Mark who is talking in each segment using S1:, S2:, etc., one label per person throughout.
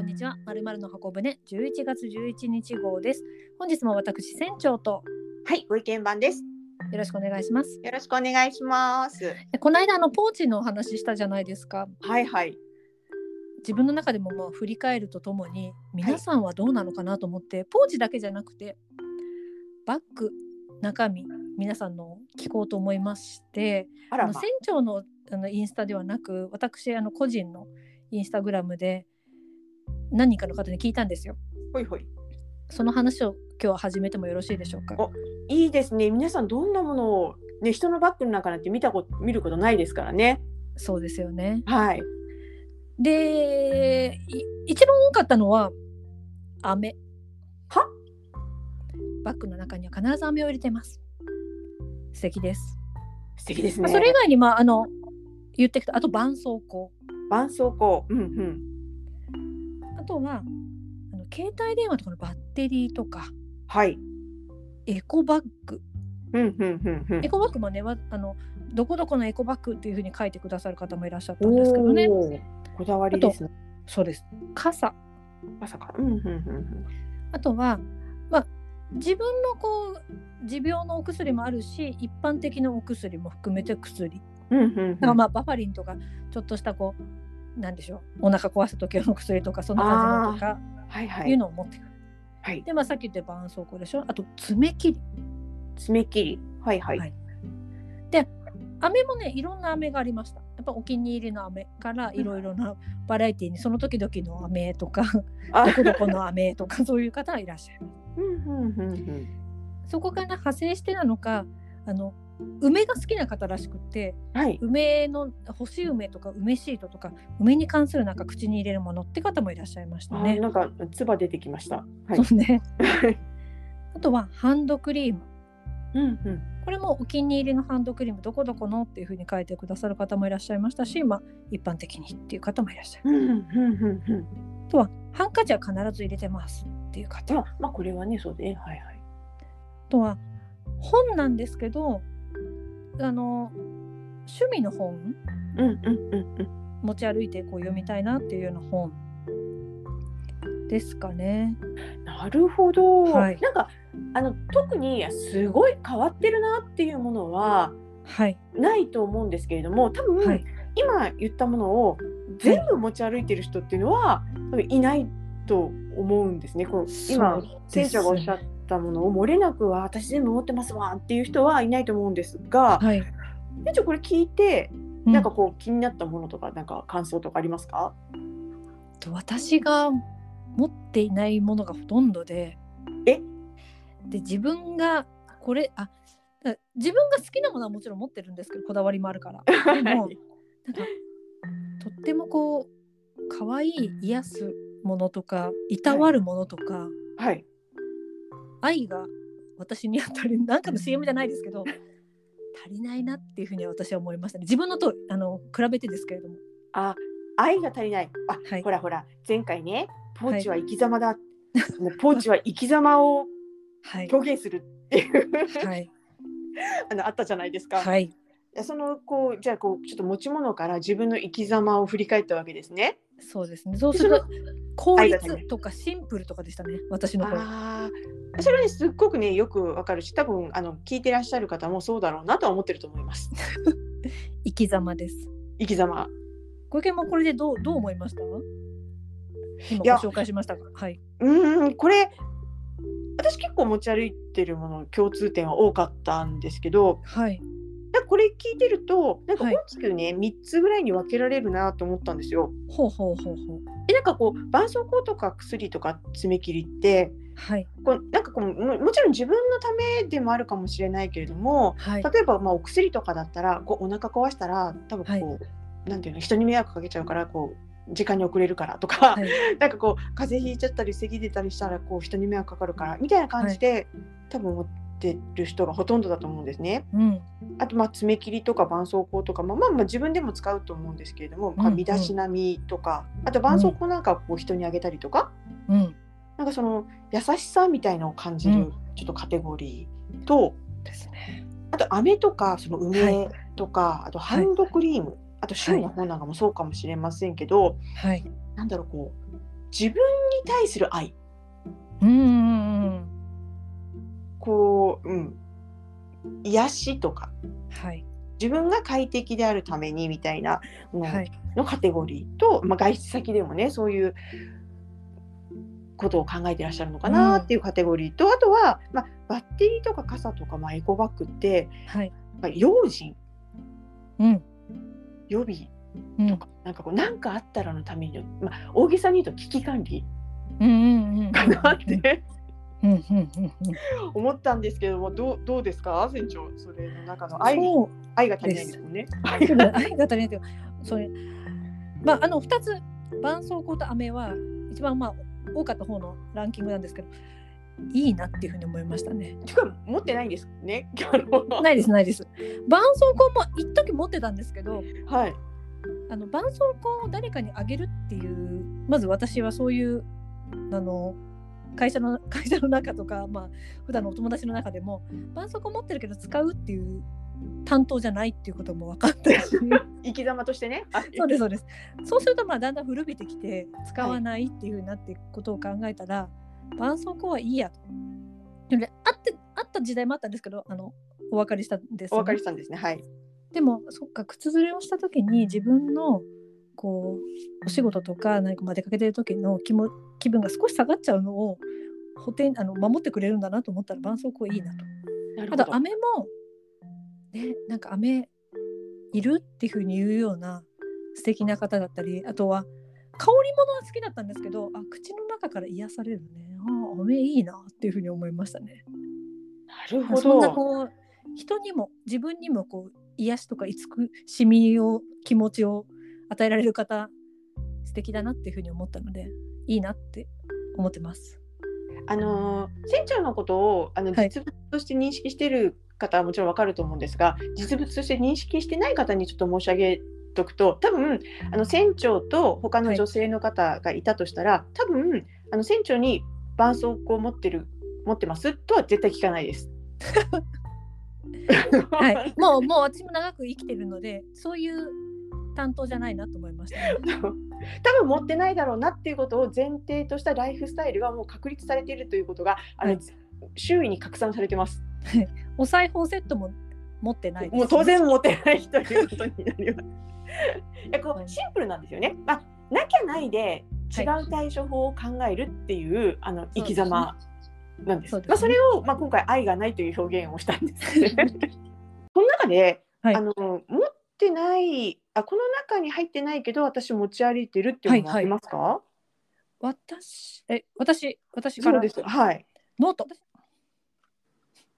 S1: んにちは。まるまるの箱舟11月11日号です。本日も私船長と
S2: はい、ご意見番です。
S1: よろしくお願いします。
S2: よろしくお願いします。
S1: えこの間あのポーチのお話ししたじゃないですか。
S2: はいはい。
S1: 自分の中でももう振り返るとともに皆さんはどうなのかなと思って、ポーチだけじゃなくてバッグ中身皆さんの聞こうと思いまして、
S2: あ
S1: あ
S2: ら、
S1: の
S2: ま
S1: 船長のあのインスタではなく私あの個人のインスタグラムで何人かの方に聞いたんですよ。
S2: ほいほい。
S1: その話を今日は始めてもよろしいでしょうか。
S2: おいいですね。皆さんどんなものをね、人のバッグの中なんて見たこと見ることないですからね。
S1: そうですよね。
S2: はい。
S1: で、い一番多かったのは飴。
S2: は？
S1: バッグの中には必ず飴を入れてます。素敵です。
S2: 素敵です
S1: ま
S2: ね。
S1: あそれ以外にまああの言ってきたあと絆創膏、
S2: 絆創膏。うんうん。
S1: あとはあの携帯電話とかのバッテリーとか
S2: はい。
S1: エコバッグ。
S2: うんうんうんうん
S1: エ。コバッグもね、わあのどこどこのエコバッグっていうふうに書いてくださる方もいらっしゃったんですけどね。
S2: おーこだわりですね。
S1: そうです。傘。
S2: まさか。うんうんうん
S1: あとは、まあ、自分のこう持病のお薬もあるし、一般的なお薬も含めて薬。
S2: うん。うんうんうん。
S1: なんかまあバファリンとかちょっとしたこうなんでしょう、お腹壊した時の薬とかそんな感じのとか。
S2: はいはいいう
S1: のを持ってくる。
S2: はい。
S1: でまあさっき言った絆創膏でしょ。あと爪切り。
S2: 爪切り。はいはい。
S1: はい飴もねいろんな飴がありましたやっぱお気に入りの飴からいろいろなバラエティにその時々の飴とか
S2: あ
S1: どこどこの飴とかそういう方はいらっしゃいま
S2: うんうんうんうん。
S1: すそこから派生してなのかあの梅が好きな方らしくって
S2: はい。
S1: 梅の干し梅とか梅シートとか梅に関するなんか口に入れるものって方もいらっしゃいまし
S2: あ
S1: た
S2: ー、
S1: ね。
S2: なんか唾出てきました。はい
S1: そう。ね
S2: はい
S1: あとはハンドクリーム
S2: うんうん。
S1: これもお気に入りのハンドクリームどこどこのっていうふうに書いてくださる方もいらっしゃいましたし、まあ、一般的にっていう方もいらっしゃいます
S2: うんうんうんうん。
S1: あとはハンカチは必ず入れてますっていう方あ
S2: あ、まあこれはね、そうで、はいはい。
S1: とは本なんですけどあの趣味の本
S2: うんうんうんうん。
S1: 持ち歩いてこう読みたいなっていうような本ですかね。
S2: なるほど。
S1: はい
S2: なんかあの特にすごい変わってるなっていうものは
S1: はい、
S2: ないと思うんですけれども、多分、
S1: はい
S2: 今言ったものを全部持ち歩いてる人っていうのは多分いないと思うんですね。こう今
S1: そうで
S2: 選
S1: す
S2: 手がおっしゃったものを漏れなくは私全部持ってますわっていう人はいないと思うんですが、
S1: はい、
S2: 店長これ聞いて
S1: う
S2: なんかこう気になったものとかなんか感想とかありますか？
S1: と私が持っていないものがほとんどで
S2: え
S1: で自分がこれあだ自分が好きなものはもちろん持ってるんですけどこだわりもある からでもなんかとってもこう可愛い癒すものとかいたわるものとか、
S2: はい。
S1: 愛が私にあったりなんかの CM じゃないですけど足りないなっていうふうには私は思いましたね自分のとあの比べてですけれども
S2: あ、愛が足りない。あ、
S1: はい
S2: ほらほら、前回ね、ポーチは生き様だ。そのポーチは生き様を
S1: はい
S2: 表現するっていう、
S1: はい
S2: あのあったじゃないですか。い
S1: はい
S2: や、そのこうじゃあこうちょっと持ち物から自分の生き様を振り返ったわけですね。
S1: そうですね。そうす
S2: そ
S1: る
S2: の
S1: と効
S2: 愛が足りない
S1: 率とかシンプルとかでしたね。私の方は。
S2: ああ、それはねすっごくねよくわかるし、多分あの聞いてらっしゃる方もそうだろうなとは思ってると思います。
S1: 生き様です。
S2: 生き様。
S1: ご意見もこれでどうどう思いました？今
S2: いや
S1: ご紹介しましたが、はい。
S2: うーん、これ私結構持ち歩いてるもの共通点は多かったんですけど、
S1: はい。
S2: なんかこれ聞いてるとなんか
S1: はい
S2: 大きくね、三3つぐらいに分けられるなと思ったんですよ。
S1: ほうほうほうほう。
S2: でなんかこう絆創膏とか薬とか爪切りって
S1: はい
S2: こうなんかこうももちろん自分のためでもあるかもしれないけれども
S1: はい
S2: 例えばまあお薬とかだったらこうお腹壊したら多分こう、なんていうの人に迷惑かけちゃうからこう時間に遅れるからとか、
S1: はい。
S2: なんかこう風邪ひいちゃったり咳出たりしたらこう人に迷惑かかるからみたいな感じで、多分思ってる人がほとんどだと思うんですね。
S1: うん
S2: あとまあ爪切りとか絆創膏とか、まあ、まあまあ自分でも使うと思うんですけれども、まあ
S1: うんうん
S2: 身だしなみとかあと絆創膏なんかこう人にあげたりとか、
S1: うん。
S2: なんかその優しさみたいのを感じ
S1: う
S2: る
S1: ん
S2: ちょっとカテゴリーと、
S1: ですね。
S2: あと飴とかその梅とか、あとハンドクリーム、あと趣味の本なんかもそうかもしれませんけど、
S1: はい。
S2: なんだろうこう自分に対する愛
S1: うんうんうんうん
S2: こう、うん、癒しとか
S1: はい
S2: 自分が快適であるためにみたいなもの
S1: はい
S2: のカテゴリーと、まあ、外出先でもねそういうことを考えてらっしゃるのかなっていうカテゴリーと、あとは、まあ、バッテリーとか傘とか、まあ、エコバッグって、
S1: はい
S2: まあ、用心
S1: うん
S2: 予備
S1: うん
S2: とかなんかこうなんかあったらのために、まあ、大げさに言うと危機管理
S1: うんうんうん
S2: かなって
S1: うんうんうんうんうん
S2: 思ったんですけどもどうどうですか船長それの中の愛
S1: そう
S2: 愛が足りないですもんね。
S1: 多分愛が足りないけどそれまああの2つ絆創膏と飴は一番まあ多かった方のランキングなんですけどいいなっていうふうに思いましたね。
S2: てか持ってないんですね。あの
S1: ないですないです。絆創膏も一時持ってたんですけど
S2: はい
S1: あの絆創膏を誰かにあげるっていうまず私はそういうあの会社の会社の中とかまあ普段のお友達の中でも絆創膏持ってるけど使うっていう担当じゃないっていうことも分かったし。
S2: 生き様としてね。はい
S1: そうですそうです。そうするとまあだんだん古びてきて使わないっていうふうになっていくことを考えたら、絆創膏はいいやと。でもねあってあった時代もあったんですけどあのお別れしたんです
S2: お
S1: よね、
S2: 別れしたんですね。はい。
S1: でもそっか靴ずれをした時に自分のこうお仕事とか何かまあ出かけてる時の気も気分が少し下がっちゃうのを補填あの守ってくれるんだなと思ったら絆創膏いいなと。
S2: なる
S1: あと飴もねなんか飴いるっていうふうに言うような素敵な方だったりあとは香り物は好きだったんですけどあ口の中から癒されるねああ飴いいなっていうふうに思いましたね。
S2: なるほ
S1: そんな
S2: ど。
S1: こう人にも自分にもこう癒しとか慈しみを気持ちを与えられる方素敵だなっていうふうに思ったのでいいなって思ってます。
S2: あのー船長のことをあの
S1: はい
S2: 実物として認識してる方はもちろんわかると思うんですが、実物として認識してない方にちょっと申し上げとくと、多分あの船長と他の
S1: はい
S2: 女性の方がいたとしたら、多分あの船長に絆創膏を持ってる持ってますとは絶対聞かないです。
S1: はい、もうもう私も長く生きてるのでそういう担当じゃないなと思いました、ね。
S2: 多分持ってないだろうなっていうことを前提としたライフスタイルがもう確立されているということがあの、
S1: はい
S2: 周囲に拡散されてます。
S1: お裁縫セットも持ってないです、
S2: もう当然持ってないということになります。 いやこうシンプルなんですよね。まあなきゃないで違う対処法を考えるっていう、あの生き様なんです。
S1: そうですね
S2: まあそれをまあ今回愛がないという表現をしたんですけ どね。その中で、
S1: はい
S2: あの持ってないあこの中に入ってないけど私持ち歩いてるっていうのもありますか？
S1: 私え私私か
S2: そう
S1: ら
S2: です。はい。
S1: ノート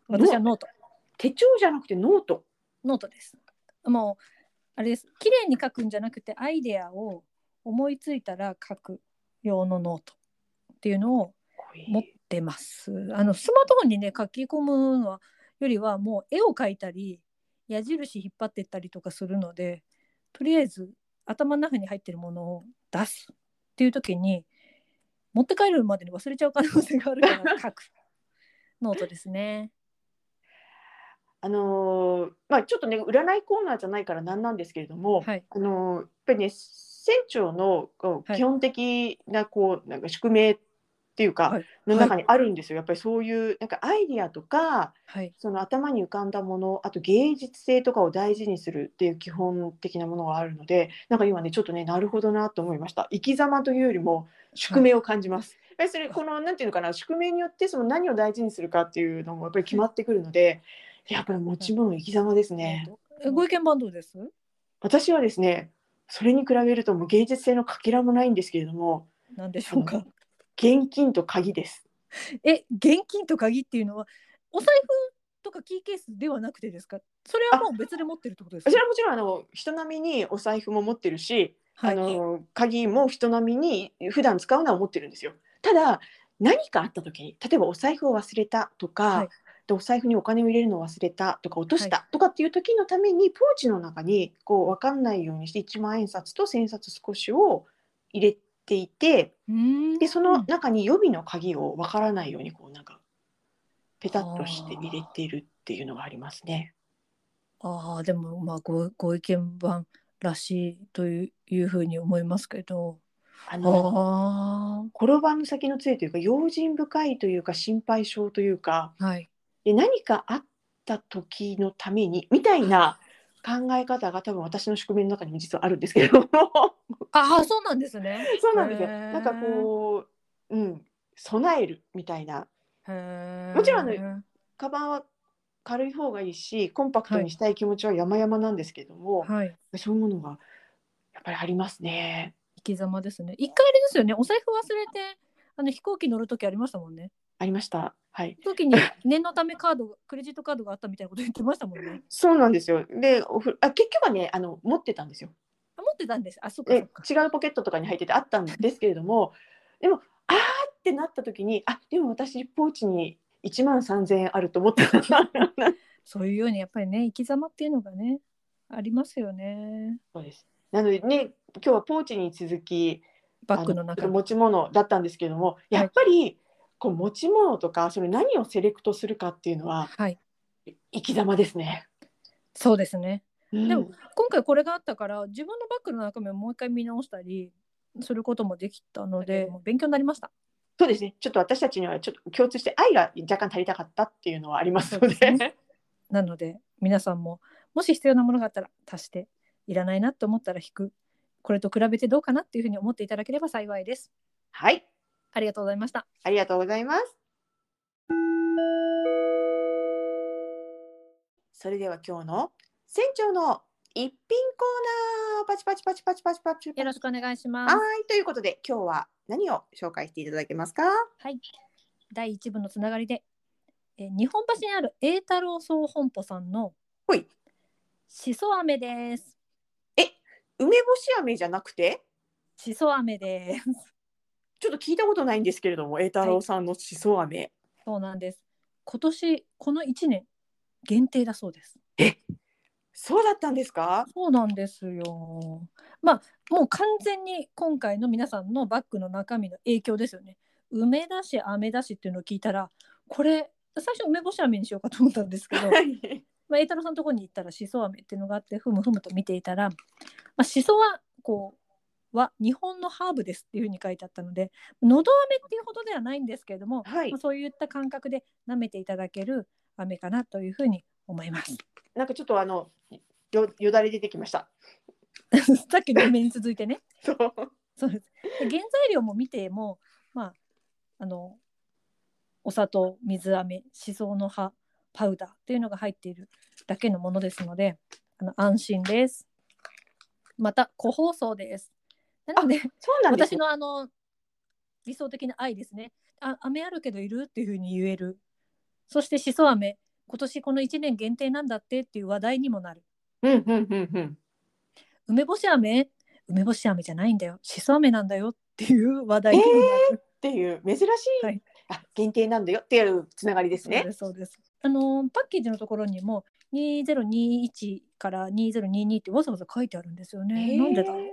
S1: 私はノート
S2: 手帳じゃなくてノート。
S1: ノートですもうあれです綺麗に書くんじゃなくてアイデアを思いついたら書く用のノートっていうのを持ってますあのスマートフォンにね書き込むのはよりはもう絵を描いたり矢印引っ張ってったりとかするのでとりあえず頭の中に入ってるものを出すっていう時に持って帰るまでに忘れちゃう可能性があるから書くノートですね。
S2: あのーまあちょっとね占いコーナーじゃないからなんなんですけれども、
S1: はい、
S2: あのーやっぱりね船長のこう
S1: はい
S2: 基本的なこうなんか宿命っていうか、
S1: はい
S2: の中にあるんですよ。やっぱりそういうなんかアイディアとか
S1: はい、
S2: その頭に浮かんだものあと芸術性とかを大事にするっていう基本的なものがあるのでなんか今ねちょっとねなるほどなと思いました生き様というよりも宿命を感じます、やっぱりそれこのなんていうのかな宿命によってその何を大事にするかっていうのもやっぱり決まってくるのでやっぱり持ち物生き様ですね
S1: えご意見番どうです
S2: 私はですねそれに比べるともう芸術性のかけらもないんですけれども
S1: 何でしょうか
S2: 現金と鍵です
S1: え現金と鍵っていうのはお財布とかキーケースではなくてですかそれはもう別で持ってるってことです
S2: そ
S1: か
S2: れはもちろんあの人並みにお財布も持ってるしあの鍵も人並みに普段使うのは持ってるんですよ。ただ何かあった時に例えばお財布を忘れたとか、
S1: はい
S2: でお財布にお金を入れるのを忘れたとか落としたとかっていう時のためにポーチの中にこう分かんないようにして1万円札と1,000札少しを入れていて
S1: はい、
S2: でその中に予備の鍵を分からないようにこうなんかペタッとして入れているっていうのがありますね。
S1: ああでもまあごご意見番らしいといういうふうに思いますけど
S2: あの
S1: あ
S2: 転ばぬ先の杖というか用心深いというか心配性というか
S1: あはい
S2: で何かあった時のためにみたい な考え方が多分私の宿命の中にも実はあるんですけれども
S1: ああそうなんですね
S2: そうなんですよ。
S1: へー
S2: なんかこう、うん、備えるみたいな
S1: へー
S2: もちろんあのカバンは軽い方がいいしコンパクトにしたい気持ちは山々なんですけども、
S1: はい
S2: そういうものがやっぱりありますね。
S1: 生き様ですね一回あれですよねお財布忘れてあの飛行機乗る時ありましたもんね
S2: ありました。はい、
S1: 飛行 機に念のためカードがクレジットカードがあったみたいなこと言ってましたもんね
S2: そうなんですよ。で、おふあ結局はね、あの持ってたんですよ。
S1: あ持ってたんですあそっかそ
S2: で
S1: っか
S2: 違うポケットとかに入っててあったんですけれどもでもあーってなった時にあでも私ポーチに1万3,000円あると思 ってた
S1: そういうようにやっぱりね生き様っていうのがねありますよね
S2: そうですなのでね今日はポーチに続き
S1: バッグの中
S2: あ持ち物だったんですけれどもやっぱり、こう持ち物とかその何をセレクトするかっていうのは
S1: はい
S2: 生き様ですね。
S1: そうですね
S2: うん
S1: でも今回これがあったから自分のバッグの中身をもう一回見直したりすることもできたので、もう勉強になりました。
S2: そうですねちょっと私たちにはちょっと共通して愛が若干足りたかったっていうのはありますので
S1: そうですねなので皆さんももし必要なものがあったら足していらないなと思ったら引くこれと比べてどうかなっていうふうに思っていただければ幸いです。
S2: はい
S1: ありがとうございました。
S2: ありがとうございます。それでは今日の船長の一品コーナーパチパチパチパチパチパチパチ
S1: よろしくお願いしま
S2: は
S1: す。
S2: いということで今日は何を紹介していただけますか
S1: はい。第一部のつながりで、えー日本橋にある栄太郎総本舗さんの
S2: ほい
S1: しそ飴です。
S2: 梅干し飴じゃなくて
S1: しそ飴です。
S2: ちょっと聞いたことないんですけれども栄太郎さんのしそ飴、
S1: そうなんです。今年この一年限定だそうです。
S2: そうだったんですか
S1: そうなんですよ。まあもう完全に今回の皆さんのバッグの中身の影響ですよね。梅だし飴だしっていうのを聞いたらこれ最初梅干し飴にしようかと思ったんです けど、
S2: はい
S1: まあ、栄太郎さんのところに行ったらしそ飴っていうのがあってふむふむと見ていたら、まあ、しそはこうは日本のハーブですっていうふうに書いてあったのでのど飴っていうほどではないんですけれども、
S2: はい
S1: まあ、そういった感覚で舐めていただける飴かなというふうに思います。
S2: なんかちょっとあのよよだれ出てきました
S1: さっきの梅に続いてね
S2: そう
S1: そうですで原材料も見ても、まあ、あのお砂糖水飴しその葉パウダーというのが入っているだけのものですのであの安心ですまた個包装ですなので
S2: そうなんです
S1: 私
S2: よ
S1: のあの理想的な愛ですねあ飴あるけどいるっていうふうに言えるそしてしそ飴今年この1年限定なんだってっていう話題にもなる
S2: うんうんうんうん
S1: 梅干し飴梅干し飴じゃないんだよしそ飴なんだよっていう話題にもなる、
S2: っていう珍しい、
S1: はい
S2: あ限定なんだよっていうつながりです
S1: そう
S2: ね
S1: で。すそうです。あのパッケージのところにも2021から2022ってわざわざ書いてあるんですよね。
S2: へー
S1: なんでだろう。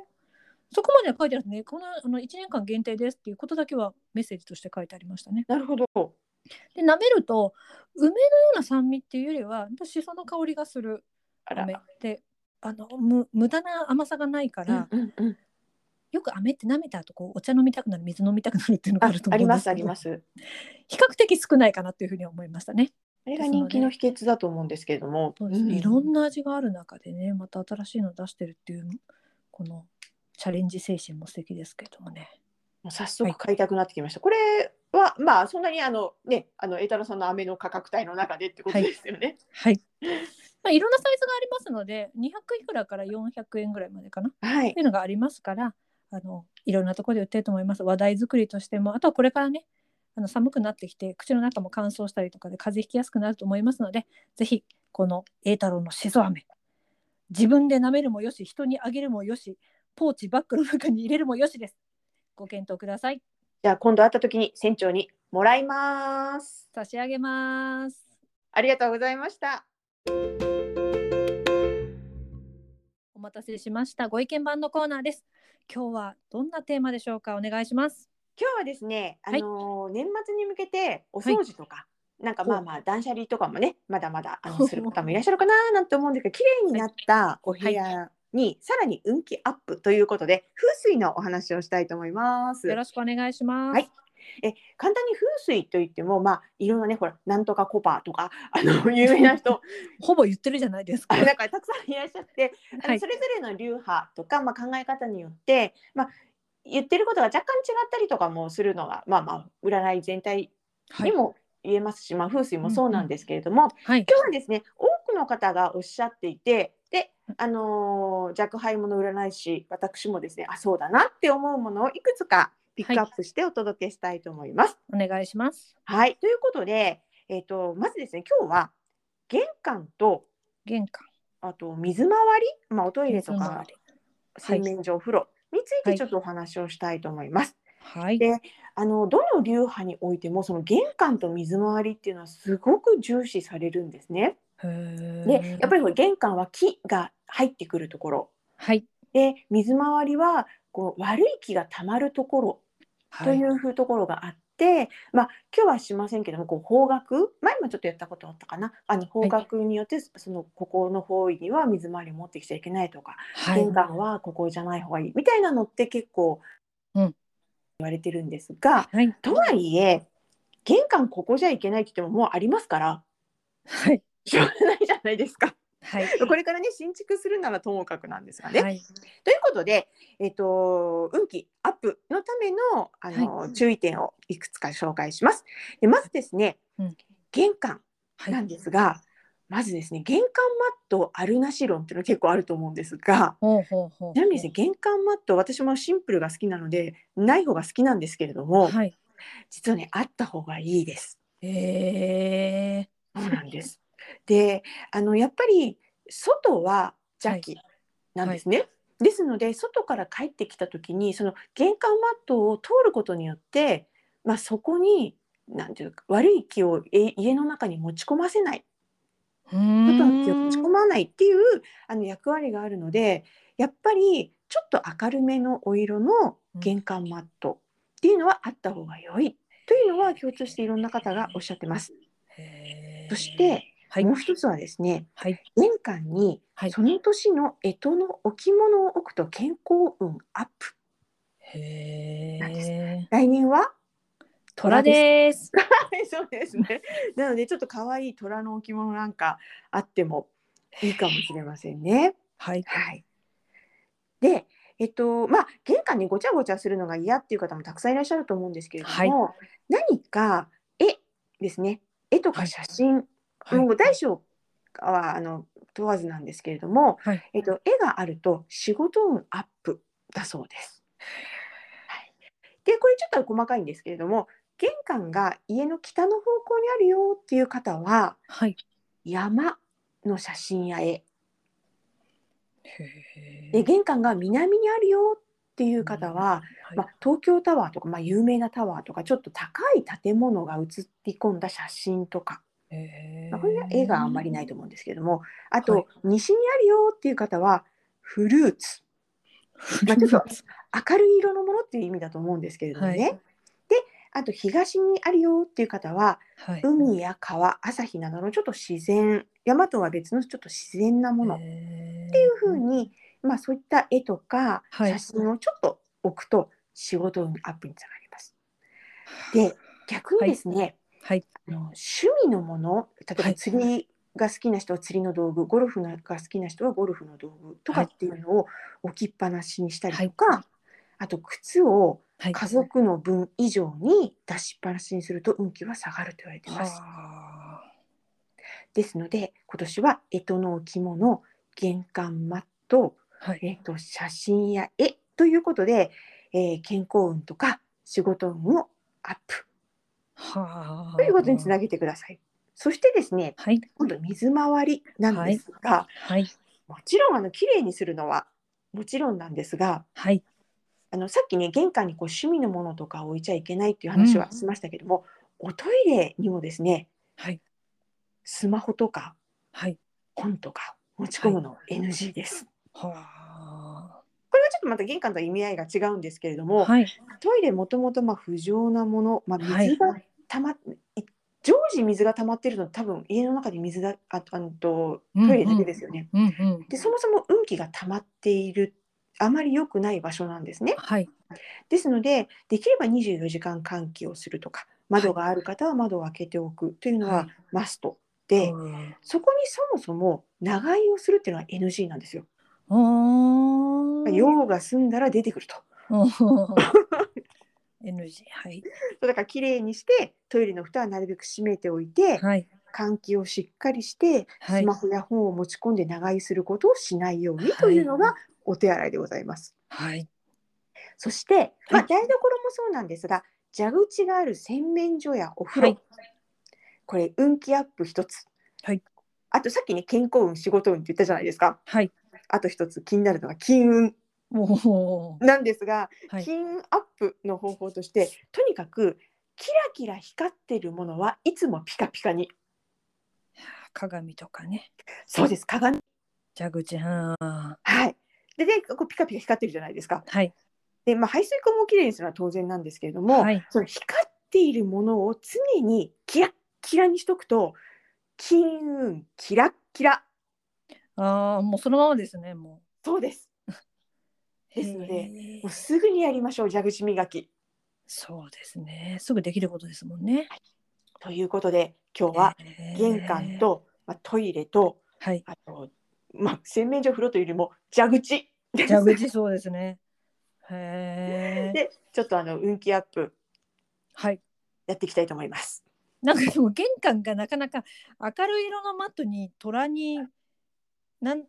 S1: そこまでは書いてあるんですね。このあの1年間限定ですっていうことだけはメッセージとして書いてありましたね。
S2: なるほど。
S1: で舐めると梅のような酸味っていうよりはしその香りがする
S2: あら。
S1: 梅であのむ無駄な甘さがないから、
S2: うんうんうん
S1: よく飴って舐めた後こうお茶飲みたくなる水飲みたくなるっていうのが
S2: あ
S1: あると
S2: あ
S1: 思うん
S2: り
S1: で
S2: ますすあ
S1: け
S2: り
S1: ど
S2: ます。
S1: 比較的少ないかなというふうに思いましたね。
S2: あれが人気の秘訣だと思うんですけれども。
S1: そうですね、
S2: うん
S1: いろんな味がある中でねまた新しいの出してるっていうこのチャレンジ精神も素敵ですけどもね
S2: もう早速買いたくなってきました。これはまあそんなにあのねあの栄太郎さんの飴の価格帯の中でってことですよね。
S1: はい、まあ、いろんなサイズがありますので200いくらから400円ぐらいまでかなっ
S2: はい。
S1: ていうのがありますからあのいろんなところで売ってると思います話題作りとしてもあとはこれからねあの寒くなってきて口の中も乾燥したりとかで風邪ひきやすくなると思いますのでぜひこの栄太郎のしそ飴自分で舐めるもよし人にあげるもよしポーチバッグの中に入れるもよしですご検討ください
S2: じゃあ今度会った時に船長にもらいます。
S1: 差し上げます
S2: ありがとうございました。
S1: お待たせしましたご意見番のコーナーです今日はどんなテーマでしょうかお願いします
S2: 今日はですね、あ
S1: はい
S2: のー年末に向けてお掃除とか、なんかまあまあ断捨離とかもねまだまだあのする方もいらっしゃるかななんて思うんですけど綺麗になったお部屋にさらに運気アップということで風水のお話をしたいと思います。
S1: よろしくお願いします。
S2: はいえ簡単に風水といってもまあいろんなねほらなんとかコパーとかあの有名 な人
S1: ほぼ言ってるじゃないですか。
S2: あなんかたくさんいらっしゃってあの
S1: はい
S2: そ。れぞれの流派とか、まあ、考え方によって、まあ、言ってることが若干違ったりとかもするのが、まあまあ、占い全体
S1: は
S2: に
S1: い。
S2: も言えますし、まあ、風水もそうなんですけれども、
S1: はい。
S2: 今日はですね多くの方がおっしゃっていてで、あのー若輩者占い師私もですねあそうだなって思うものをいくつかピックアップしてお届けしたいと思います。
S1: お願いします。
S2: はい、ということで、えっとまずですね今日は玄関と
S1: 玄関。
S2: あと水回り、まあ、おトイレと
S1: 水
S2: か
S1: 回りは
S2: 洗
S1: い
S2: 面所、お風呂につい
S1: は
S2: て
S1: い
S2: ちょっとお話をしたいと思います。
S1: はい。
S2: であのどの流派においてもその玄関と水回りっていうのはすごく重視されるんですね。で
S1: で
S2: やっぱりこれ玄関は木が入ってくるところ
S1: はい。
S2: で水回りはこう悪い気がたまるところというふうところがあって、まあ今日はしませんけどもこう方角前もちょっとやったことあったかなあの方角によってそのここの方位には水回りを持ってきちゃいけないとか
S1: はい。
S2: 玄関はここじゃない方がいいみたいなのって結構
S1: うん
S2: 言われてるんですが、
S1: はい。
S2: とはいえ玄関ここじゃいけないって言ってももうありますから
S1: はい。
S2: しょうがないじゃないですか。
S1: はい。
S2: これからね新築するならともかくなんですがね。
S1: はい。
S2: ということで、えっと運気アップのためのあの、
S1: はい
S2: 注意点をいくつか紹介します。でまずですね、
S1: うん
S2: 玄関
S1: はい
S2: なんですが、まずですね玄関マットあるなし論っていうの結構あると思うんですが。
S1: ほうほうほう。
S2: ちなみにですね玄関マット私もシンプルが好きなのでない方が好きなんですけれども、
S1: はい。
S2: 実はねあった方がいいです。
S1: ええ。
S2: そうなんです。 で、あのやっぱり外は邪気なんですね。ですので外から帰ってきた時にその玄関マットを通ることによって、まあ、そこになんていうか悪い気をえ家の中に持ち込ませない
S1: うー
S2: 外の気を
S1: ん
S2: 持ち込まないっていうあの役割があるのでやっぱりちょっと明るめのお色の玄関マットっていうのはあった方が良いというのは共通していろんな方がおっしゃってます。
S1: へー
S2: そして、
S1: はい
S2: もう一つはですね
S1: はい
S2: 玄関に
S1: はい
S2: その年の干支の置物を置くと健康運アップ。
S1: へ
S2: なんです
S1: え
S2: 来年は
S1: 虎です
S2: はい、 そうですね。なのでちょっと可愛い虎の置物なんかあってもいいかもしれませんね。
S1: はい
S2: はい。で、えっとまあ玄関にごちゃごちゃするのが嫌っていう方もたくさんいらっしゃると思うんですけれども、何か絵ですね。絵とか写真、
S1: はい
S2: もう大小はあの問わずなんですけれども、
S1: はい
S2: えっと、絵があると仕事運アップだそうです。はい、でこれちょっと細かいんですけれども玄関が家の北の方向にあるよっていう方は
S1: はい
S2: 山の写真や絵
S1: へ
S2: で玄関が南にあるよっていう方は、
S1: はい
S2: まあ、東京タワーとか、まあ、有名なタワーとかちょっと高い建物が写り込んだ写真とか
S1: へ
S2: ま
S1: ー
S2: あこれは絵があんま りないと思うんですけどもあと、
S1: はい
S2: 西にあるよっていう方はフルーツまあちょっと明るい色のものっていう意味だと思うんですけれどもね、
S1: はい
S2: であと東にあるよっていう方は
S1: はい
S2: 海や川朝日などのちょっと自然山とは別のちょっと自然なものってい
S1: っていう
S2: 風に、まあ、そういった絵とか
S1: はい
S2: 写真をちょっと置くと仕事運アップにつながります。で逆にですね、
S1: はい
S2: あの趣味のもの例え
S1: は
S2: ば
S1: い
S2: 釣りが好きな人は釣りの道具、ゴルフが好きな人はゴルフの道具とか
S1: はい
S2: っていうのを置きっぱなしにしたりとか、あと靴を
S1: はい
S2: 家族の分以上に出しっぱなしにすると運気は下がると言われてます。
S1: は
S2: ですので今年は干支の置物玄関マット、
S1: あはい
S2: えっと写真や絵ということで、えー健康運とか仕事運をアップ
S1: はあ
S2: ということにつなげてください。そしてですね
S1: はい
S2: 今度水回りなんですが、
S1: はい
S2: もちろんあの綺麗にするのはもちろんなんですが
S1: はい
S2: あのさっきね玄関にこう趣味のものとかを置いちゃいけないっていう話はしましたけども、おトイレにもですね
S1: はい
S2: スマホとか
S1: はい
S2: 本とか持ち込むの NG です。
S1: は
S2: これはちょっとまた玄関とは意味合いが違うんですけれど
S1: あ
S2: も、
S1: はい
S2: トイレもともとまあ不浄なもの、まあ、
S1: はい
S2: 水がたま、い常時水が溜まってるの多分家の中に水だああのとトイレだけですよね。
S1: うんうん。
S2: でそもそも運気が溜まっているあまり良くない場所なんですね。
S1: はい。
S2: ですのでできれば24時間換気をするとか窓がある方は窓を開けておくというのはマストで、
S1: うん
S2: そこにそもそも長居をするっていうのは NG なんですよ。
S1: おー
S2: 用が済んだら出てくると。
S1: おー NG はい
S2: そうだから綺麗にしてトイレの蓋はなるべく閉めておいて
S1: はい
S2: 換気をしっかりして
S1: は
S2: ス
S1: い
S2: マホや本を持ち込んで長居することをしないようにというのがお手洗いでございます。
S1: はい
S2: そして、ま
S1: は
S2: あ、台所もそうなんですが蛇口がある洗面所やお風呂、
S1: はい
S2: これ運気アップ一つ、
S1: はい
S2: あとさっきね健康運仕事運って言ったじゃないですか
S1: はい
S2: あと一つ気になるのが金運
S1: おお
S2: なんですが、
S1: はい
S2: 金運アップの方法としてとにかくキラキラ光ってるものはいつもピカピカに
S1: 鏡とかね
S2: そうです鏡
S1: 蛇口はあ
S2: はいででこうピカピカ光ってるじゃないですか
S1: はい
S2: で、まあ、排水口もきれいにするのは当然なんですけれども、
S1: はい
S2: その光っているものを常にキラッキラにしとくと金運キラッキラ
S1: ああもうそのままですねも
S2: そうです
S1: う
S2: ですので
S1: へえ
S2: もうすぐにやりましょう蛇口磨き
S1: そうですねすぐできることですもんね
S2: ということで今日は
S1: へえ
S2: 玄関と、まあ、トイレと
S1: はい
S2: あと、まあ、洗面所風呂というよりも蛇口です
S1: 蛇口そうですねへえ
S2: でちょっとあの運気アップ
S1: はい
S2: やっていきたいと思います
S1: なんかでも玄関がなかなか明るい色のマットに虎になん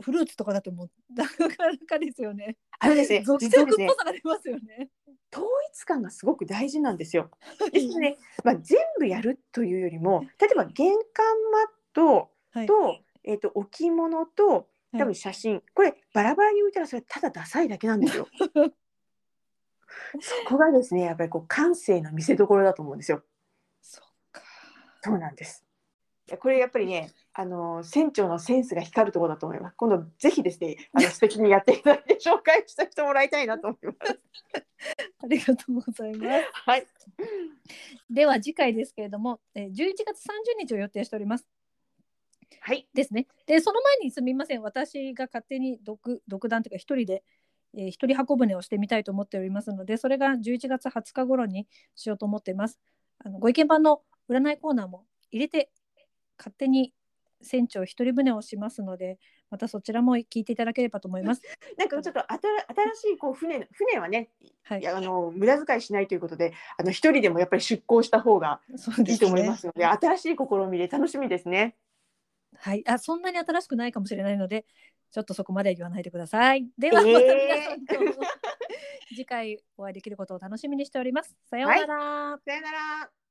S1: フルーツとかだともうなかなかですよね。
S2: あのですね
S1: ゾク
S2: 実
S1: ゾ
S2: は
S1: クっ
S2: ですね
S1: ぽさが出ますよね。
S2: 統一感がすごく大事なんですよですね、まあ、全部やるというよりも例えば玄関マット
S1: はい。
S2: と,、えー、と置物と
S1: はい
S2: 多分写真、これバラバラに置いたらそれただダサいだけなんです よ。そこがですねやっぱりこう感性の見せ所だと思うんですよ。
S1: そっか。
S2: そうなんです。いやこれやっぱりねあのー船長のセンスが光るところだと思います。今度ぜひですね あの素敵にやっていただいて紹介してもらいたいなと思います。
S1: ありがとうございます。
S2: はい、
S1: では次回ですけれども、えー、11月30日を予定しております。
S2: はい、
S1: ですね。で、その前にすみません。私が勝手に独独断というか一人で、えー、一人箱舟をしてみたいと思っておりますので、それが11月20日頃にしようと思っています。あのご意見版の占いコーナーも入れて勝手に船長一人船をしますので、またそちらも聞いていただければと思い ます。
S2: なんかちょっとあたら新しいこう船の船はね、
S1: はい
S2: いやあの無駄遣いしないということであの一人でもやっぱり出航した方が
S1: そうですね
S2: いいと思いますので新しい試みで楽しみですね。
S1: はい、あそんなに新しくないかもしれないので、ちょっとそこまでは言わないでください。では、
S2: えー
S1: また皆さんと次回お会いできることを楽しみにしております。さようなら。
S2: さよなら。